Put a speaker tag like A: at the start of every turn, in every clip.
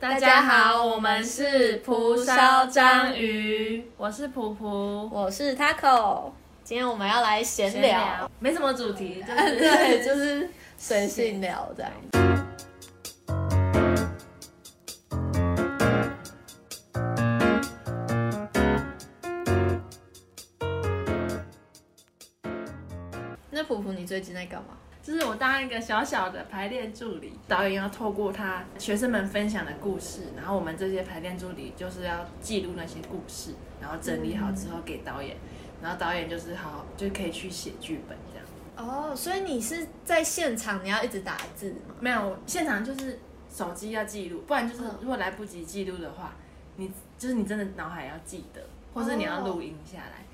A: 大家好，我们是蒲烧章鱼，我是蒲蒲，
B: 我是 Taco，今天我们要来闲
A: 闲
B: 聊，，
A: 没什么 主题，就是
B: 对，就是随性聊这样。那普普，你最近在干嘛？
A: 就是我当一个小小的排练助理，导演要透过他学生们分享的故事，然后我们这些排练助理就是要记录那些故事，然后整理好之后给导演，然后导演就是好就可以去写剧本这样。
B: 哦，所以你是在现场，你要一直打字吗？
A: 没有，现场就是手机要记录，不然就是
B: 嗯
A: 如果来不及记录的话，你就是你真的脑海要记得，或是你要
B: 哦
A: 录音下来。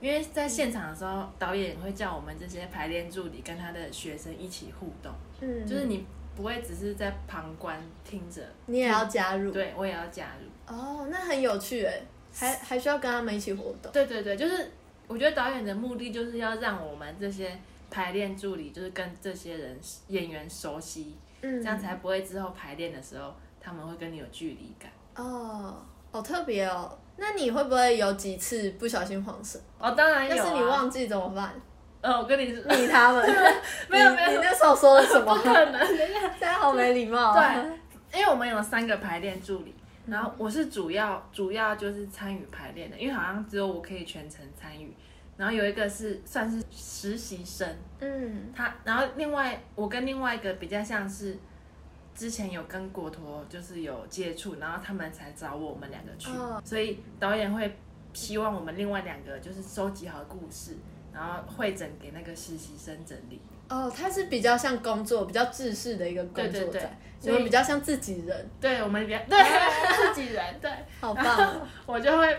A: 因为在现场的时候，导演会叫我们这些排练助理跟他的学生一起互动，
B: 嗯，
A: 就是你不会只是在旁观听着，
B: 你也要加入。
A: 对我也要加入。
B: 哦，那很有趣哎，还还需要跟他们一起活动。
A: 对对对，就是我觉得导演的目的就是要让我们这些排练助理，就是跟这些人演员熟悉，
B: 嗯，
A: 这样才不会之后排练的时候他们会跟你有距离感。
B: 哦，好特别哦。那你会不会有几次不小心晃神？
A: 哦，当然有、
B: 要
A: 啊。
B: 是你忘记怎么办？
A: 呃，我跟你说，
B: 你他们
A: 没有
B: 你
A: 没有
B: 你那时候说了什么？
A: 不可能，等一下。
B: 现在好没礼貌、啊。
A: 对，因为我们有三个排练助理，
B: 嗯
A: 然后我是主要主要就是参与排练的，因为好像只有我可以全程参与。然后有一个是算是实习生，
B: 对，嗯，
A: 他，然后另外我跟另外一个比较像是之前有跟国陀就是有接触，然后他们才找我们两个去，
B: 哦
A: 所以导演会希望我们另外两个就是收集好故事，然后会诊给那个实习生整理。
B: 哦，他是比较像工作，比较制式的一个工作在，
A: 对对对
B: 你
A: 所以
B: 们比较像自己人，
A: 对，我们比较对哦自己人， 对
B: 好棒 哦！
A: 我就会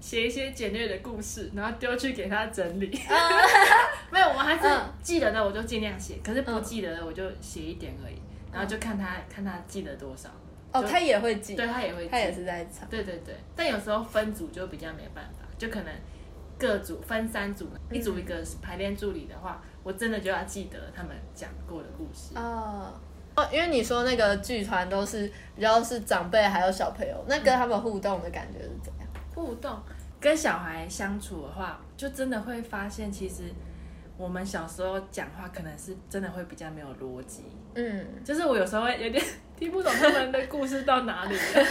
A: 写一些简略的故事，然后丢去给他整理。
B: 啊
A: 没有，我还是
B: 嗯
A: 记得的我就尽量写，可是不
B: 嗯
A: 记得的我就写一点而已，然后就看他看他记得多少。
B: 哦，
A: 就
B: 他也会记，
A: 对他也会记，
B: 他也是在场。
A: 对对对，但有时候分组就比较没办法，就可能各组分三组，一组一个排练助理的话，我真的就要记得他们讲过的故事。
B: 哦，哦，因为你说那个剧团都是比较是长辈还有小朋友，那跟他们互动的感觉是怎样？
A: 互动跟小孩相处的话，就真的会发现，其实我们小时候讲话可能是真的会比较没有逻辑，
B: 嗯，
A: 就是我有时候会有点听不懂他们的故事到哪里 了。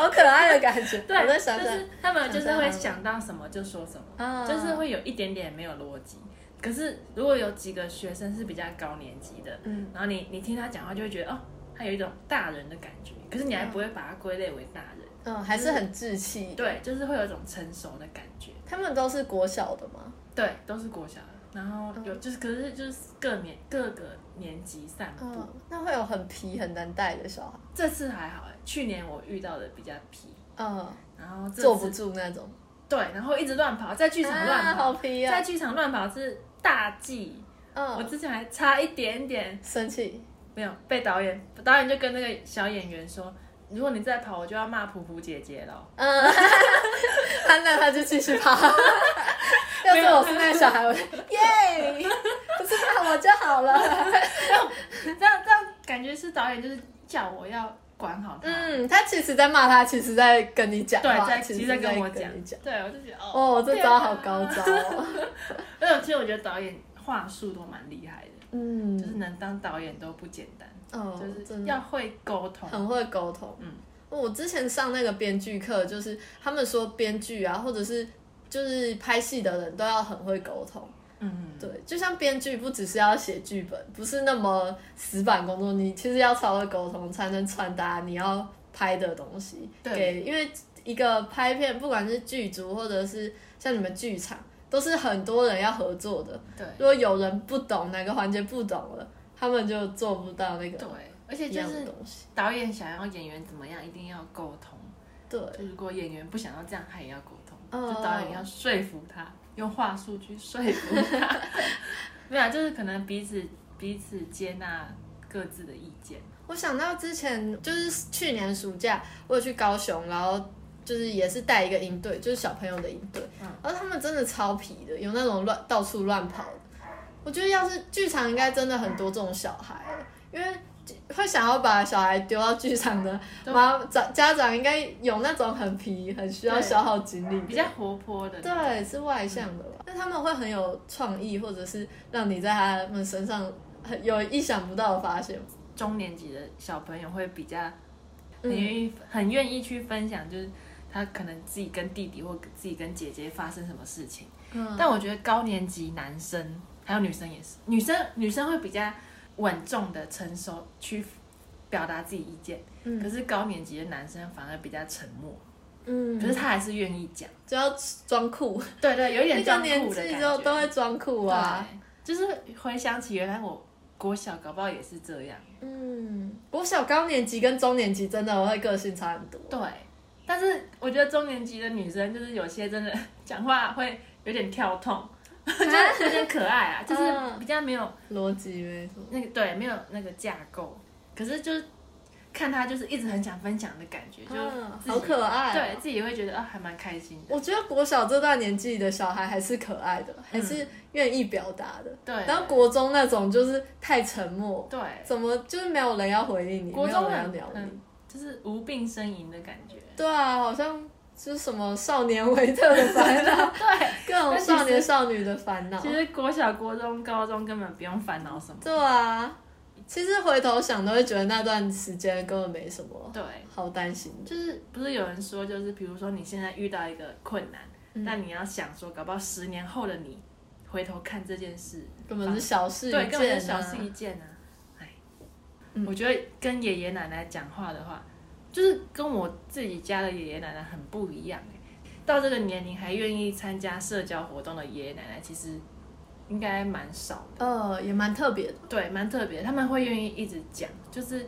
B: 好可爱的感 觉。
A: 对，
B: 我在想
A: 就
B: 想
A: 是，他们就是
B: 想
A: 会
B: 想
A: 想到什么就说什么。
B: 啊
A: 就是会有一点点没有逻辑。可是如果有几个学生是比较高年级的，
B: 嗯
A: 然后你你听他讲话就会觉得哦，他有一种大人的感觉，可是你还不会把他归类为大人，
B: 嗯，还是很稚气。，
A: 对，就是会有一种成熟的感觉。
B: 他们都是国小的嘛。
A: 对，都是国小的，然后
B: 嗯
A: 有就是可是就是各年各个年级散步。
B: 嗯，那会有很皮很难带的小孩。
A: 这次还好哎，去年我遇到的比较皮，
B: 嗯，
A: 然后这次
B: 坐不住那种。
A: 对，然后一直乱跑，在剧场
B: 啊，
A: 乱跑，
B: 好皮
A: 在
B: 啊！
A: 剧场乱跑是大忌。我
B: 嗯，
A: 之前还差一点点
B: 生气。
A: 没有被导演，导演就跟那个小演员说，如果你再跑，我就要骂普普姐姐 了。
B: 嗯，他那他就继续 跑。要是我是那个小孩，我 就耶， 不是骂我就好了。
A: 这样这样感觉是导演就是叫我要管好他，
B: 嗯，他其实在骂他，其实在跟你讲
A: 对，
B: 话，
A: 在
B: 其
A: 其
B: 实
A: 实
B: 在
A: 在跟我
B: 讲
A: 讲。，对，我就觉得哦，
B: 哦，这招好高招 哦。
A: 而且其实我觉得导演话术都蛮厉害的，就是
B: 嗯，
A: 能当导演都不简单，
B: 哦，
A: 就是
B: 真的
A: 要会沟通。
B: 很会沟通。哦
A: 嗯
B: 我之前上那个编剧课，就是他们说编剧啊，或者是就是拍戏的人都要很会沟通。
A: 嗯，
B: 对，就像编剧不只是要写剧本，不是那么死板工作，你其实要超会沟通，才能传达你要拍的东西。
A: 对
B: 给，因为一个拍片，不管是剧组或者是像你们剧场，都是很多人要合作的。
A: 对
B: 如果有人不懂哪个环节不懂了，他们就做不到那个
A: 对，而且
B: 一
A: 就
B: 样的
A: 是
B: 东西。
A: 导演想要演员怎么样，一定要沟通。
B: 对，
A: 就如果演员不想要这样，他也要沟通，
B: 哦
A: 就导演要说服他，用话术去说服他。 没有啊，就是可能彼此彼此接纳各自的意见。
B: 我想到之前就是去年暑假，我有去高雄，然后就是也是带一个营队，就是小朋友的营队，
A: 嗯
B: 然后他们真的超皮的，有那种乱到处乱跑的。我觉得要是剧场应该真的很多这种小孩，因为会想要把小孩丢到剧场的
A: 对
B: 妈长家长，应该有那种很皮、很需要
A: 对
B: 消耗精力的
A: 比较嗯活泼的，
B: 对，是外向的吧？那、他们会很有创意，或者是让你在他们身上很有意想不到的发现吗。
A: 中年级的小朋友会比较很
B: 嗯，
A: 愿意、很愿意去分享，就是他可能自己跟弟弟或自己跟姐姐发生什么事情。
B: 嗯
A: 但我觉得高年级男生还有女生也是，女生女生会比较稳重的成熟去表达自己意见，
B: 嗯
A: 可是高年级的男生反而比较沉默，
B: 嗯，
A: 可是他还是愿意讲。
B: 就要装酷，
A: 对对，有一点
B: 那个
A: 装
B: 年
A: 酷的
B: 纪
A: 感
B: 就
A: 觉。
B: 都会装酷啊。
A: 对，就是回想起原来我国小搞不好也是这样。
B: 嗯，国小高年级跟中年级真的会个性差很多。
A: 对，但是我觉得中年级的女生就是有些真的 讲话会有点跳痛， 就是有点可爱啊，就是
B: 嗯
A: 比较没有
B: 逻辑没错，
A: 那个对，没有那个架构，可是就是看她就是一直很想分享的感觉，就
B: 嗯，
A: 自己
B: 好可爱、
A: 对。自己会觉得啊还蛮开心的。
B: 我觉得国小这段年纪的小孩还是可爱的，还是愿意表达的。
A: 嗯对，
B: 然后国中那种就是太沉默，
A: 对
B: 怎么就是没有人要回应你，
A: 国中
B: 没有人要
A: 很
B: 聊你。
A: 很就是无病呻吟的感觉。
B: 对啊，好像是什么少年维特的烦恼，
A: 对，
B: 各种少年少女的烦恼
A: 其。实国小、国中、高中根本不用烦恼什么。
B: 对啊，其实回头想都会觉得那段时间根本没什么
A: 对，
B: 好担心的。
A: 就是不是有人说，就是比如说你现在遇到一个困难，
B: 嗯
A: 但你要想说，搞不好十年后的你回头看这件事，
B: 根本是小事一
A: 对，根本
B: 件、啊，
A: 就是小事一件啊。哎，
B: 嗯
A: 我觉得跟爷爷奶奶讲话的话，就是跟我自己家的爷爷奶奶很不一样、欸、到这个年龄还愿意参加社交活动的爷爷奶奶，其实应该蛮少的。
B: 呃，也蛮特别的。
A: 对，蛮特别，他们会愿意一直讲，就是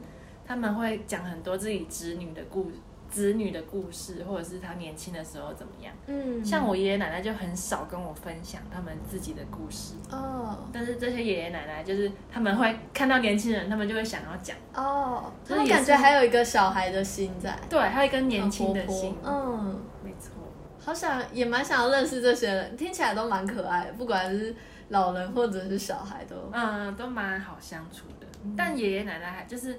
A: 他们会讲很多自己子女的故子女的故事，或者是他年轻的时候怎么样。
B: 嗯，
A: 像我爷爷奶奶就很少跟我分享他们自己的故事，
B: 哦
A: 但是这些爷爷奶奶就是他们会看到年轻人，他们就会想要讲，
B: 哦，
A: 就
B: 就是
A: 也
B: 是
A: 是
B: 感觉还有一个小孩的心在，
A: 对，还有一个年轻的
B: 很活泼
A: 心，
B: 嗯。
A: 没错，
B: 好想也蛮想要认识这些人，听起来都蛮可爱的，不管是老人或者是小孩都。
A: 嗯，都蛮好相处的。
B: 嗯
A: 但爷爷奶奶还就是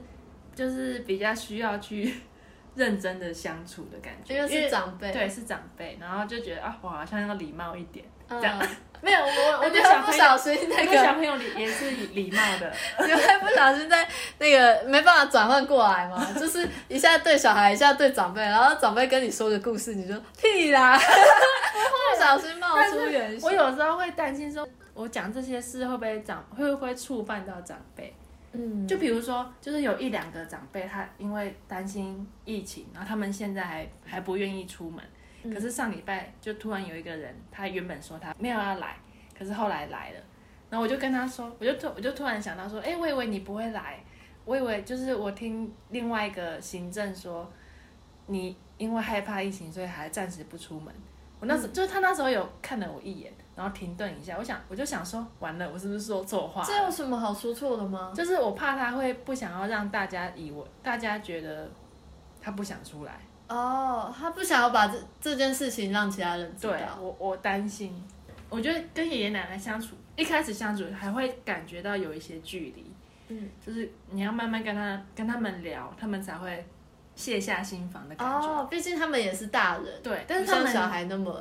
A: 就是比较需要去 认真的相处的感觉，
B: 因为是长辈，
A: 对，是长辈，然后就觉得啊，我好像要礼貌一点，
B: 嗯
A: 这样 没有我
B: 我
A: 我
B: 觉
A: 对啊
B: 得
A: 小
B: 不
A: 朋友，
B: 小心那
A: 我对小
B: 个，
A: 朋友礼也是礼貌 的，
B: 你会不小心在那个没办法转换过来 嘛？就是一下对小孩，一下对长辈，然后长辈跟你说个故事，你就屁啦， 不小心冒出原
A: 我
B: 形。
A: 有时候会担心说，我讲这些事会不会长会不会触犯到长辈？
B: 嗯，
A: 就比如说，就是有一两个长辈，他因为担心疫情，然后他们现在还还不愿意出门。
B: 嗯
A: 可是上礼拜就突然有一个人，他原本说他没有要来，可是后来来了。然后我就跟他说，我就突我就突然想到说，哎、我以为你不会来，我以为就是我听另外一个行政说，你因为害怕疫情，所以还暂时不出门。我那时、
B: 嗯
A: 就是他那时候有看了我一眼，然后停顿一下，我想我就想说，完了，我是不是说错话了？
B: 嗯这有什么好说错的吗？
A: 就是我怕他会不想要让大家以为大家觉得他不想出来，
B: 哦，他不想要把这这件事情让其他人知
A: 对
B: 道。
A: 我我担心。我觉得跟爷爷奶奶相处，一开始相处还会感觉到有一些距离，
B: 嗯，
A: 就是你要慢慢跟他跟他们聊，他们才会卸下心防的感觉。
B: 哦，毕竟他们也是大人，
A: 对，但是
B: 不
A: 他
B: 像
A: 们。
B: 小孩那么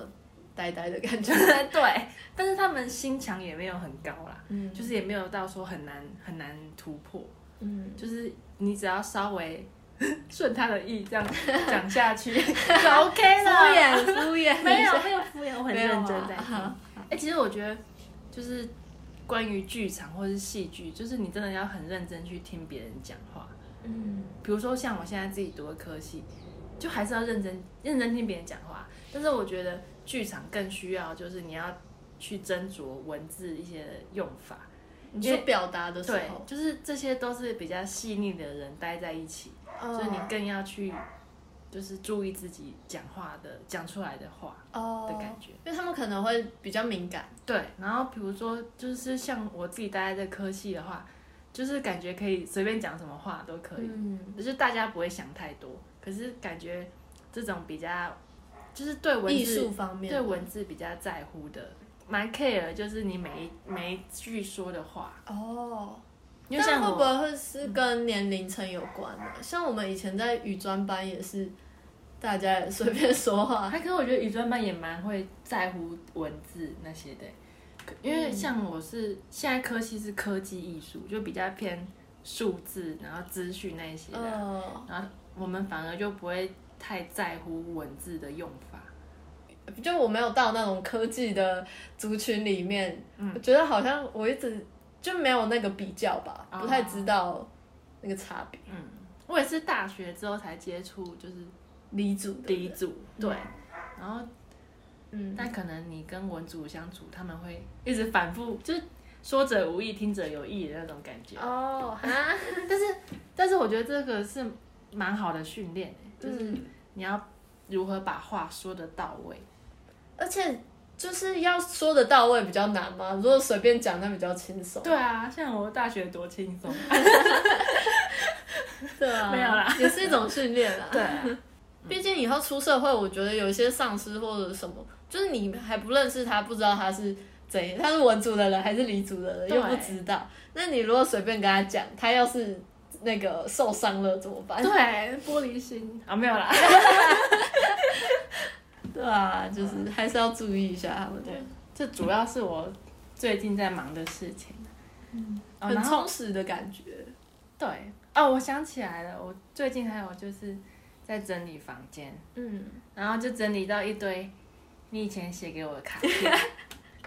B: 呆呆的感觉
A: 对，但是他们心墙也没有很高啦，
B: 嗯
A: 就是也没有到说很难很难突破，
B: 嗯，
A: 就是你只要稍微 顺他的意这 样讲下去就 OK
B: 敷
A: 了。
B: 衍敷衍，
A: 没有没有敷衍，我很
B: 没有
A: 认
B: 啊
A: 真在听。哎、其实我觉得就是关于剧场或是戏剧，就是你真的要很认真去听别人讲话。
B: 嗯。
A: 比如说像我现在自己读的科系，就还是要认真认真听别人讲话。但是我觉得剧场更需要就是你要去斟酌文字一些用法，
B: 你说表达的时
A: 对
B: 候，，
A: 就是这些都是比较细腻的人待在一起，所以你
B: 嗯
A: 更要去就是注意自己讲话的讲出来的话的
B: 哦，
A: 感觉。
B: 因为他们可能会比较敏感，
A: 对，然后比如说，就是像我自己待在这科系的话，就是感觉可以随便讲什么话都可以，
B: 嗯，
A: 就是大家不会想太多。可是感觉这种比较，就是对文
B: 艺
A: 字
B: 术方面
A: 对文字比较在乎的，蛮 care，就是你每一每一句说的话，
B: 哦，
A: 因为
B: 但
A: 像
B: 会不
A: 我，
B: 会会是跟年龄层有关呢、像我们以前在语专班也是，大家也随便说话，
A: 哦还可是我觉得语专班也蛮会在乎文字那些的，可因为像我是现在科系是科技艺术，就比较偏数字，然后资讯那一些的啊，
B: 呃，
A: 然后我们反而就不会太在乎文字的用法。
B: 就我没有到那种科技的族群里面，
A: 嗯
B: 我觉得好像我一直就没有那个比较吧，
A: 哦
B: 不太知道那个差别。
A: 我也是大学之后才接触，就是
B: 理组的，
A: 理组，对，嗯然后
B: 嗯，
A: 但可能你跟文组相处，他们会一直反复，就是说者无意，听者有意的那种感觉。
B: 哦，哈，
A: 但是，但是我觉得这个是蛮好的训练欸，就是
B: 嗯。
A: 你要如何把话说的到位。
B: 而且就是要说的到位比较难嘛，如果随便讲那比较轻松。
A: 对啊，像我大学多轻 松。
B: 对啊，
A: 没有啦，
B: 也是一种训练啦。
A: 对啊，
B: 毕竟以后出社会，我觉得有一些上司或者什么，就是你还不认识他，不知道他是怎样，他是文组的人还是理组的人，
A: 对
B: 又不知道。那你如果随便跟他讲，他要是那个受伤了怎么 办？
A: 对，玻璃心哎啊，没有啦。
B: 对啊，就是还是要注意一下他们的，
A: 对，这主要是我最近在忙的事情。嗯，哦、
B: 很
A: 然后
B: 充实的感觉。
A: 对哦，我想起来了，我最近还有就是在整理房间，
B: 嗯，
A: 然后就整理到一堆你以前写给我的卡 片，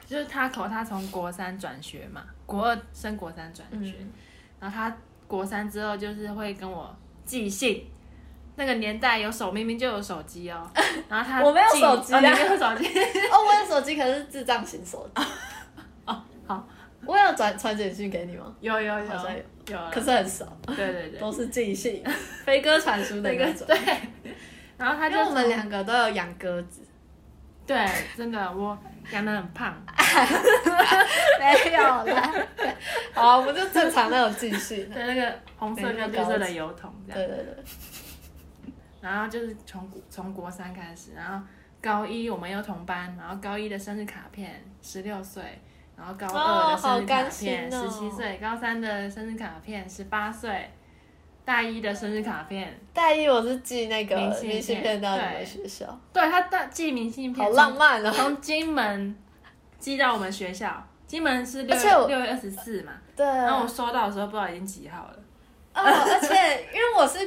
A: 就是他口他从国三转学嘛，国二升国三转学，
B: 嗯，
A: 然后他国三之后就是会跟我寄信。那个年代有手，明明就有手机 哦。然后他
B: 我没有
A: 寄
B: 手机啊
A: 哦你没有手机。
B: 哦，我的手机可是智障型手机。
A: 哦，好，
B: 我有传传简讯给你吗？
A: 有有有
B: 好像有
A: 有啊，
B: 可是很少，
A: 对对对，
B: 都是寄信，飞鸽传书的
A: 那
B: 那
A: 个
B: 种。
A: 对。 然后他
B: 因
A: 就
B: 为我们
A: 从
B: 两个都有养鸽子，
A: 对，真的我养的很胖，
B: 没有啦。 好，我们就正常那种寄信。
A: 对那个红色跟绿色的油桶这样。
B: 对对对，
A: 然后就是从国从国三开始，然后高一我们又同班，然后高一的生日卡片十六岁，然后高二
B: 哦
A: 的生日
B: 好
A: 卡
B: 甘心
A: 片
B: 哦
A: 十七、17岁，高三的生日卡片十八岁，大一的生日卡片，
B: 大一我是寄那个
A: 明信片
B: 明信片到你们学校，
A: 对他大寄明信片，
B: 好浪漫
A: 从
B: 哦。
A: 从金门寄到我们学校，金门是六
B: 而且我
A: 六月二十四嘛，
B: 对，
A: 然后我
B: 哦，
A: 收到的时候不知道已经几号了，
B: 而且因为我是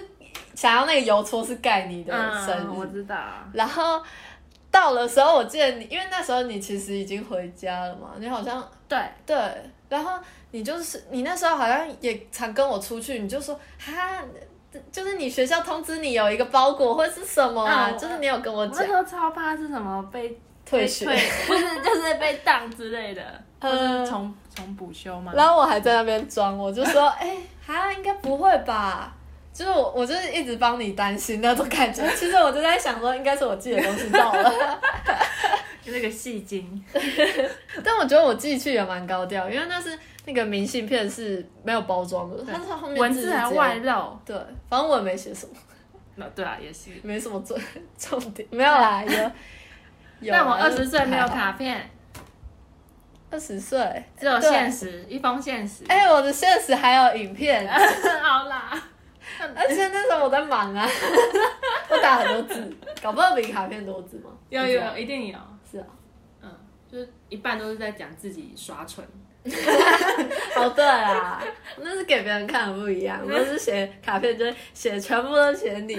B: 想要那个邮戳是盖你的生
A: 嗯，我
B: 日，
A: 知道啊，
B: 然后到的时候我记得你，因为那时候你其实已经回家了嘛，你好像
A: 对，
B: 对，然后你就是你那时候好像也常跟我出去，你就说哈，就是你学校通知你有一个包裹或是什么啊，
A: 啊我
B: 就是你有跟我
A: 我
B: 讲
A: 那时候超怕是什么被
B: 退
A: 被
B: 学，
A: 不是就是被当之类的，或
B: 嗯
A: 是重重补修嘛。
B: 然后我还在那边装，我就说哎、哈，应该不会吧。就是我，我就是一直帮你担心那种感觉。其实我就在想说，应该是我寄的东西到 了，
A: 那个戏精，
B: 但我觉得我寄去也蛮高调，因为那是那个明信片是没有包装的，它是后面
A: 文
B: 字
A: 字
B: 是
A: 还
B: 直接
A: 外露。
B: 对，反正我也没写什么。
A: 那对啊，也是。
B: 没什么重 重点，没有啦， 有。有啊
A: 但我二十岁没有，啊
B: 还好
A: 卡片，
B: 二十岁
A: 只有啊
B: 对
A: 现实，一封现实。
B: 哎、我的现实还有影片，
A: 好啦，
B: 而且那时候我在忙啊， 我打很多字，搞不好比卡片多字吗？
A: 有有有，一定有。
B: 是啊，
A: 嗯，就是一半都是在讲自己刷存。
B: 哦对啦，那是给别人看的不一样， 我是写卡片就是写全部都写你，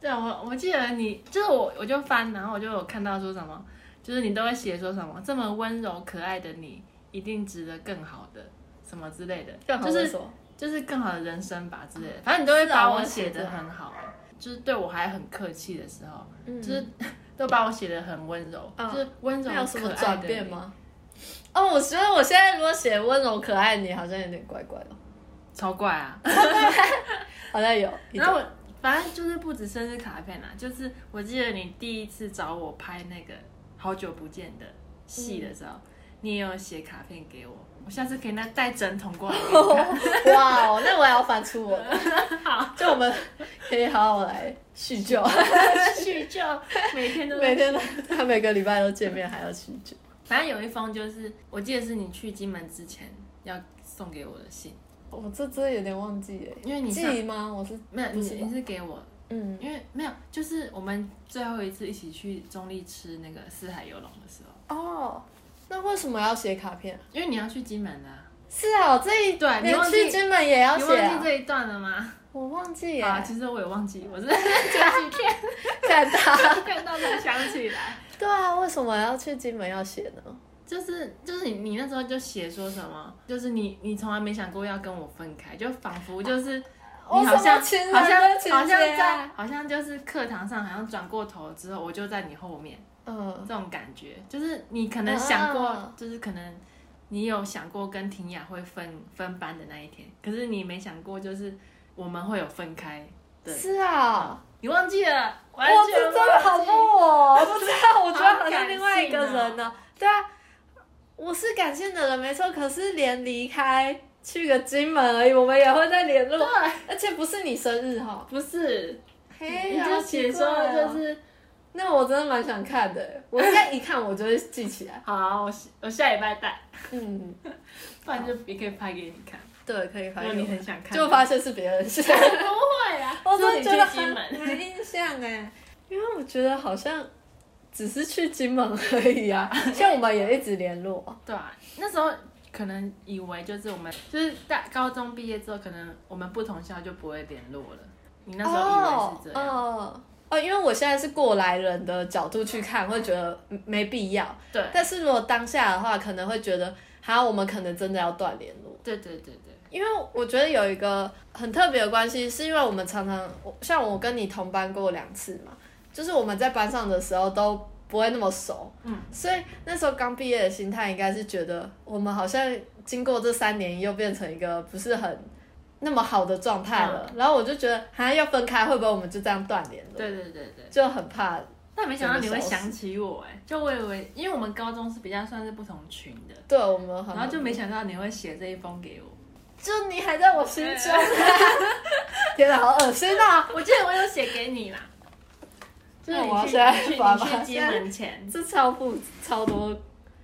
A: 对，啊我我记得你，就是我我就翻，然后我就有看到说什么，就是你都会写说什么这么温柔可爱的你，一定值得更好的什么之类的，
B: 更好
A: 就是
B: 的说，
A: 就是更好的人生吧之类的，反正你都会
B: 是啊
A: 把
B: 我
A: 我
B: 也觉
A: 写
B: 得
A: 的很好、欸，就是对我还很客气的时候，
B: 嗯
A: 就是都把我写的很温柔，
B: 嗯
A: 就是温柔
B: 那有什么
A: 可爱的
B: 转变？吗？哦，我觉得我现在如果写温柔可爱你，好像有点怪怪的，
A: 超怪啊！
B: 好像有一点。
A: 然后我反正就是不止生日卡片啦，就是我记得你第一次找我拍那个好久不见的戏的时候，
B: 嗯
A: 你也有写卡片给我，我下次可以那带整桶过来 给你看。
B: 哇哦，那我也要翻出我的。 好，就我们可以好好来叙旧，
A: 叙旧，每天都在
B: 每天都他每个礼拜都见面，还要叙旧。
A: 反正有一封就是，我记得是你去金门之前要送给我的信，
B: 我这真的有点忘记耶。
A: 因为你上
B: 寄吗？我是
A: 没有
B: 不
A: 你
B: 是
A: 是
B: 吧
A: 你是给我，
B: 嗯，
A: 因为没有就是我们最后一次一起去中立吃那个四海游龙的时候，
B: 哦，那为什么要写卡片啊？
A: 因为你要去金门啊。
B: 是啊，我这一
A: 对你
B: 连
A: 忘记
B: 去金门也要
A: 你
B: 写、
A: 忘记
B: 啊，
A: 这一段了吗？
B: 我忘记耶，
A: 啊，其实我也忘记， 我是前几天
B: 看他。
A: 看到才想起来。
B: 对啊，为什么要去金门要写呢？
A: 就是就是你你那时候就写说什么，就是你你从来没想过要跟我分开，就仿佛就是
B: 我
A: 你好
B: 什
A: 像
B: 么情人
A: 好像
B: 的情节啊
A: 好像在好像就是课堂上好像转过头之后，我就在你后面
B: 嗯，
A: 这种感觉，就是你可能想过，
B: 啊
A: 就是可能你有想过跟婷雅会分分班的那一天，可是你没想过就是我们会有分开的
B: 是啊，
A: 你忘记了？
B: 哇，
A: 完
B: 这
A: 全
B: 真的好
A: 忘
B: 木
A: 记。
B: 哦！ 我不知道，我觉得好
A: 好感性
B: 像
A: 哦
B: 另外一个人呢、对啊，我是感性的人没错，可是连离开去个金门而已，我们也会再联络，
A: 对，
B: 而且不是你生日哈、
A: 不是，
B: 嘿
A: 你就写说就，是
B: 哦那我真的蛮想看的，我现在一看我就会记 起来。
A: 好啊，我下我下礼拜带，
B: 嗯，
A: 不然就也可以拍给你看。
B: 对，可以
A: 如
B: 发
A: 果你
B: 现，
A: 很想看，
B: 就发现 是别人写。
A: 不会 啊，
B: 我
A: 说
B: 真的
A: 你
B: 觉得
A: 去金
B: 很
A: 门，
B: 没印象哎，因为我觉得好像只是去金门而 已啊，像我们也一直联络。
A: 对啊，那时候。可能以为就是我们就是大高中毕业之后，可能我们不同校就不会联络了。你那时候以为是这样，
B: 哦哦，因为我现在是过来人的角度去看，会觉得嗯没必要。
A: 对
B: 但是如果当下的话，可能会觉得，哈，我们可能真的要断联络。
A: 对对对对，
B: 因为我觉得有一个很特别的关系，是因为我们常常，我像我跟你同班过两次嘛，就是我们在班上的时候都不会那么熟，
A: 嗯，
B: 所以那时候刚毕业的心态应该是觉得我们好像经过这三年又变成一个不是很那么好的状态了，然后我就觉得像要分开，会不会我们就这样断联了？
A: 嗯对对对对。
B: 就很怕，
A: 但没想到你会想起我哎、就我以为，因为我们高中是比较算是不同群的，
B: 对我们好像
A: 然后就没想到你会写这一封给我。
B: 就你还在我心中， 天哪，好恶心 啊！
A: 我记得我有写给你 啦，就是
B: 那
A: 你
B: 我要
A: 去
B: 现在
A: 你去
B: 把
A: 你
B: 它
A: 去接门前，
B: 这超不超多，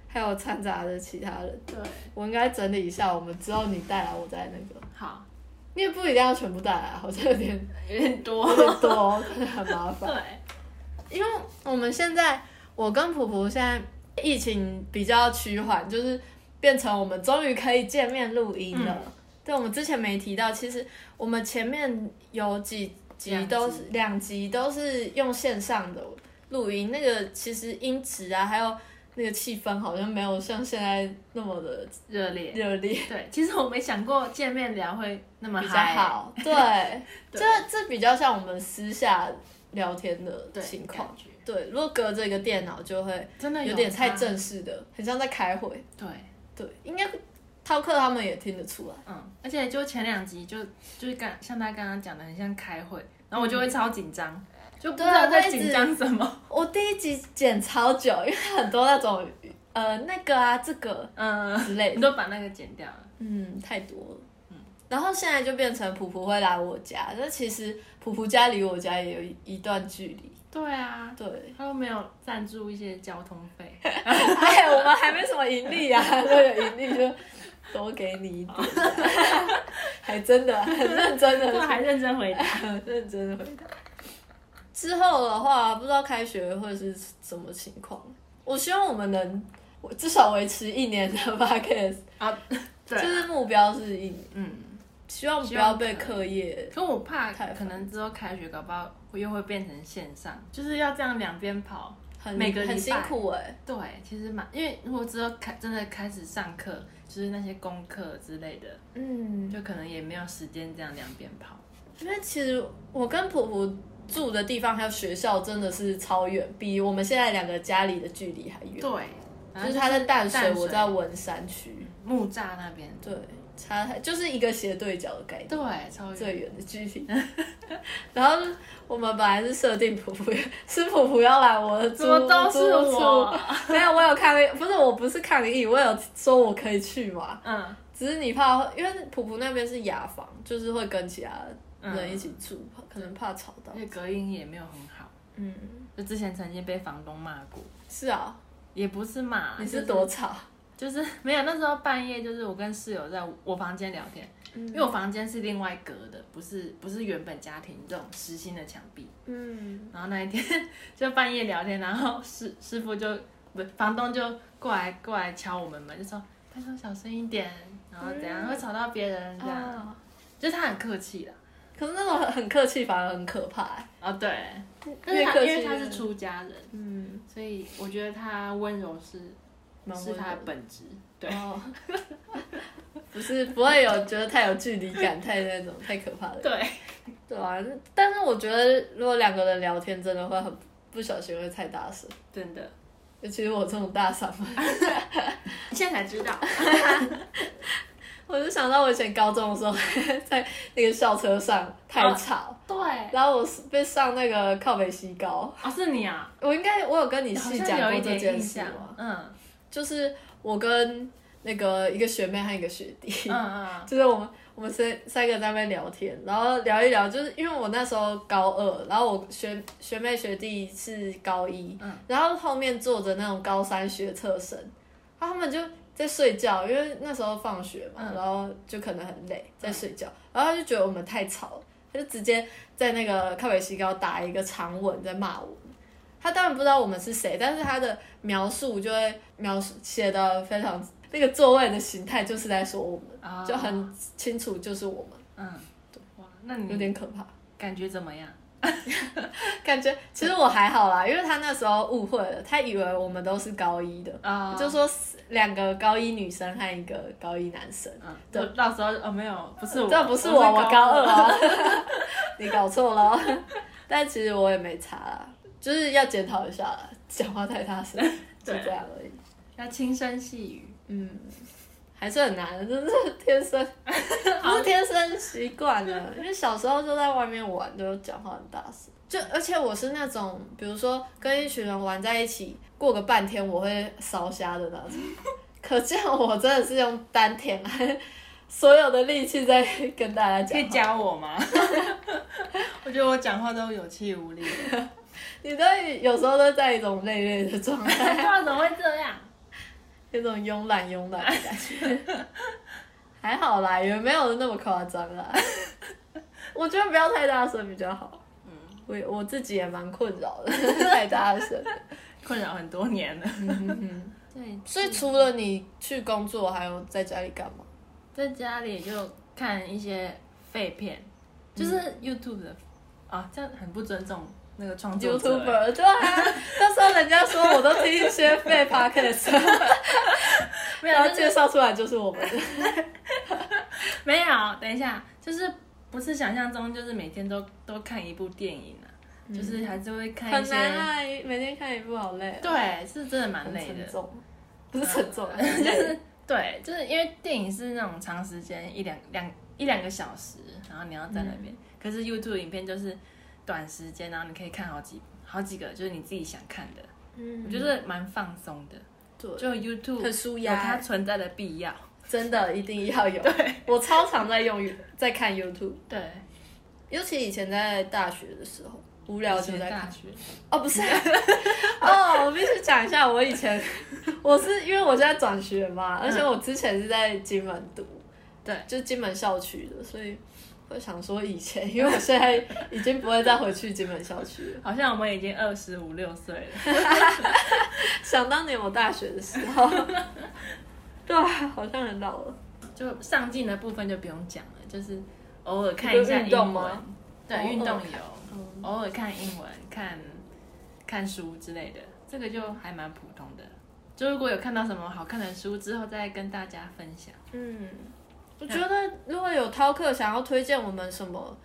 B: 还有掺杂着其他人。
A: 对，
B: 我应该整理一下，我们之后你带来，我再那个。
A: 好，
B: 你也不一定要全部带来，啊好像有点
A: 有点多，
B: 有点多，可能很麻
A: 对
B: 烦。，因为我们现在，我跟普普现在疫情比较趋缓，就是变成我们终于可以见面录音了。
A: 嗯
B: 对，我们之前没提到，其实我们前面有几集
A: 两
B: 都
A: 集
B: 是两集都是用线上的录音，那个其实音质啊，还有那个气氛，好像没有像现在那么的
A: 热烈。
B: 热烈。
A: 对，其实我没想过见面聊会那么
B: 比较
A: 嗨，
B: 好，对，这这比较像我们私下聊天的
A: 对
B: 情况
A: 感觉。
B: 对，如果隔着一个电脑，就会
A: 真的
B: 有点太
A: 差。
B: 正式的，很像在开会。
A: 对，
B: 对，应该涛克他们也听得出来。
A: 嗯，而且就前两集就就是刚像他刚刚讲的，很像开会，然后我就会超紧张，就不知道
B: 对啊
A: 在紧张什么。
B: 我第一集剪超久，因为很多那种呃那个啊这个
A: 嗯，
B: 之类
A: 你
B: 的，
A: 都把那个剪掉了。
B: 嗯，太多了。然后现在就变成普普会来我家，那其实普普家离我家也有一一段距离。
A: 对啊，
B: 对，
A: 他都没有赞助一些交通费。
B: 哎，我们还没什么盈利啊，如果有盈利就多给你 一点，还真的很认真
A: 我
B: 的，
A: 还认真回答。
B: 很认真的回答。之后的话，不知道开学会是什么情况。我希望我们能，我至少维持一年的 podcast，
A: 啊，对
B: 就
A: 啊
B: 是目标是一年，
A: 嗯。
B: 希望不
A: 希
B: 要
A: 望可以
B: 被课业。
A: 可我怕
B: 太烦
A: 可能之后开学，搞不好会又会变成线上，就是要这样两边跑。
B: 很
A: 每个礼拜
B: 很辛苦哎、
A: 对，其实蛮，因为如果之后开真的开始上课，就是那些功课之类的，
B: 嗯，
A: 就可能也没有时间这样两边跑。
B: 因为其实我跟普普住的地方还有学校真的是超远，比我们现在两个家里的距离还远。
A: 对，
B: 就是他在淡水，
A: 淡水
B: 我在文山区，
A: 木栅那边。
B: 对，差太就是一个斜对角的概念，
A: 对，超远。
B: 最远的距离。 然后我们本来是设定普 普，是普普要来我的租
A: 怎么都是
B: 租
A: 我？
B: 处，没有我有抗议，不是我不是抗议，我有说我可以去嘛，
A: 嗯，
B: 只是你怕，因为普普那边是雅房，就是会跟其他人一起住，
A: 嗯
B: 可能怕吵到
A: 因。为隔音也没有很好，
B: 嗯，
A: 就之前曾经被房东骂过，
B: 是啊，
A: 也不是骂，啊
B: 你
A: 就是
B: 多吵，
A: 就是没有那时候半夜，就是我跟室友在我房间聊天，因为我房间是另外隔的，不是不是原本家庭这种实心的墙壁。
B: 嗯，
A: 然后那一天 就半夜聊天，然后师师傅就不是房东就过来过来敲我们门，就说拜托小声一点，然后怎样、
B: 嗯
A: 会吵到别人这样，
B: 啊，
A: 就是他很客气啦。
B: 可是那种很很客气反而很可怕、欸，
A: 哦，对，但是
B: 越
A: 他
B: 客
A: 因
B: 气
A: 为他
B: 越
A: 是出家人，
B: 嗯，
A: 所以我觉得他温柔是
B: 蛮
A: 是
B: 温
A: 他的
B: 柔的
A: 本质。对，
B: 哦， 不是不会有觉得太有距离感，太那种太可怕了。
A: 对，
B: 对啊，但是我觉得如果两个人聊天，真的会很不小心会太大声，
A: 真的，
B: 尤其是我这种大嗓门。
A: 现在才知 道。
B: 我就想到我以前高中的时候， 在那个校车上太吵，
A: 对，啊、
B: 然后我是被上那个靠北西高。
A: 是你啊，
B: 我应该我有跟你
A: 好
B: 细
A: 像
B: 讲
A: 有一
B: 过这
A: 点
B: 件
A: 印
B: 事
A: 象
B: 吗？。
A: 嗯
B: 就是我跟那个一个学妹和一个学弟，
A: 嗯嗯，
B: 就是我们我们三三个在那边聊天，然后聊一聊，就是因为我那时候高二，然后我学学妹学弟是高一，
A: 嗯
B: 然后后面坐着那种高三学测生，然后他们就在睡觉，因为那时候放学嘛，
A: 嗯
B: 然后就可能很累，在睡觉，然后他就觉得我们太吵了，他就直接在那个靠北西高打一个长吻在骂我们。他当然不知道我们是谁，但是他的描述就会描述写的非常那个座位的形态就是在说我们。
A: 啊
B: 就很清楚，就是我们
A: 嗯，哇，那你
B: 有点可怕。
A: 感觉怎么样？
B: 感觉其实我还好啦，因为他那时候误会了，他以为我们都是高一的，
A: 啊
B: 就说是两个高一女生和一个高一男生。
A: 嗯，
B: 对
A: 就到时候哦，没有，不是我，
B: 这不是我，
A: 我
B: 我高二
A: 二，
B: 啊， 你搞错了哦。但其实我也没差啦，就是要检讨一下啦，讲话太大声，就
A: 对
B: 这样而已。
A: 要轻声细 语。
B: 嗯，还是很难，真是天 生，不是天生习惯的。 因为小时候就在外面玩，就讲话很大声。就而且我是那种，比如说跟一群人玩在一起，过个半天我会烧瞎的那 种。可见我真的是用丹田来所有的力气在跟大家
A: 可
B: 讲
A: 以
B: 话。
A: 教我吗？ 我觉得我讲话都有气无力，
B: 你都有时候都在一种累累的状态，
A: 不知道怎么会这样。
B: 有种慵懒慵懒的感觉。 还好啦，也没有那么夸张啦。 我觉得不要太大声比较好。嗯，我也我自己也蛮困扰 的，太大声。
A: 困扰很多年了。
B: 嗯
A: 对，
B: 所以除了你去工作，还有在家里干嘛？
A: 在家里就看一些废片，就是
B: 嗯
A: YouTube 的、啊，这样很不尊重那个创作者。
B: YouTuber 对啊，到时候人家说我都听一些 废 podcast，
A: 没有
B: 然后
A: 就是
B: 介绍出来就 是我们的。
A: 没有，等一下，就是不是想象中，就是每天都都看一部电影啊，就是还是会看一
B: 嗯很
A: 些。
B: 难啊，每天看一部好累、哦，
A: 对，是真的嗯蛮
B: 很
A: 累
B: 沉
A: 的，
B: 重，不是沉重啊，
A: 就
B: 累
A: 是对，就是因为电影是那种长时间一两两一两个小时，然后你要在那
B: 嗯
A: 边，可是 YouTube 影片就是短时间，然后你可以看好几好几个，就是你自己想看的，
B: 嗯
A: 我觉得蛮放松的。
B: 对
A: 就 YouTube
B: 很舒
A: 有
B: 压
A: 它存在的必要。
B: 真的一定要有。我超常在用，在看 YouTube，
A: 对，
B: 尤其以前在大学的时候，无聊就在
A: 大
B: 看。
A: 学，
B: 哦， 不是，哦，我必须讲一下，我以前我是因为我现在转学嘛，而且我之前是在金门读，
A: 嗯对
B: 就是金门校区的，所以我想说以前，因为我现在已经不会再回去金门校区了。
A: 好像我们已经二十五六岁了。
B: 想当年我大学的时 候，对啊，好像很老了。
A: 就上镜的部分就不用讲了，就是偶尔看一下
B: 你
A: 英
B: 说运
A: 文
B: 动吗，
A: 对，
B: 偶尔
A: 运动有
B: 看，嗯
A: 偶尔看英文、看看书之类的，这个就还蛮普通的。就如果有看到什么好看的书，之后再跟大家分享。
B: 嗯，我觉得如果有饕客想要推荐我们什么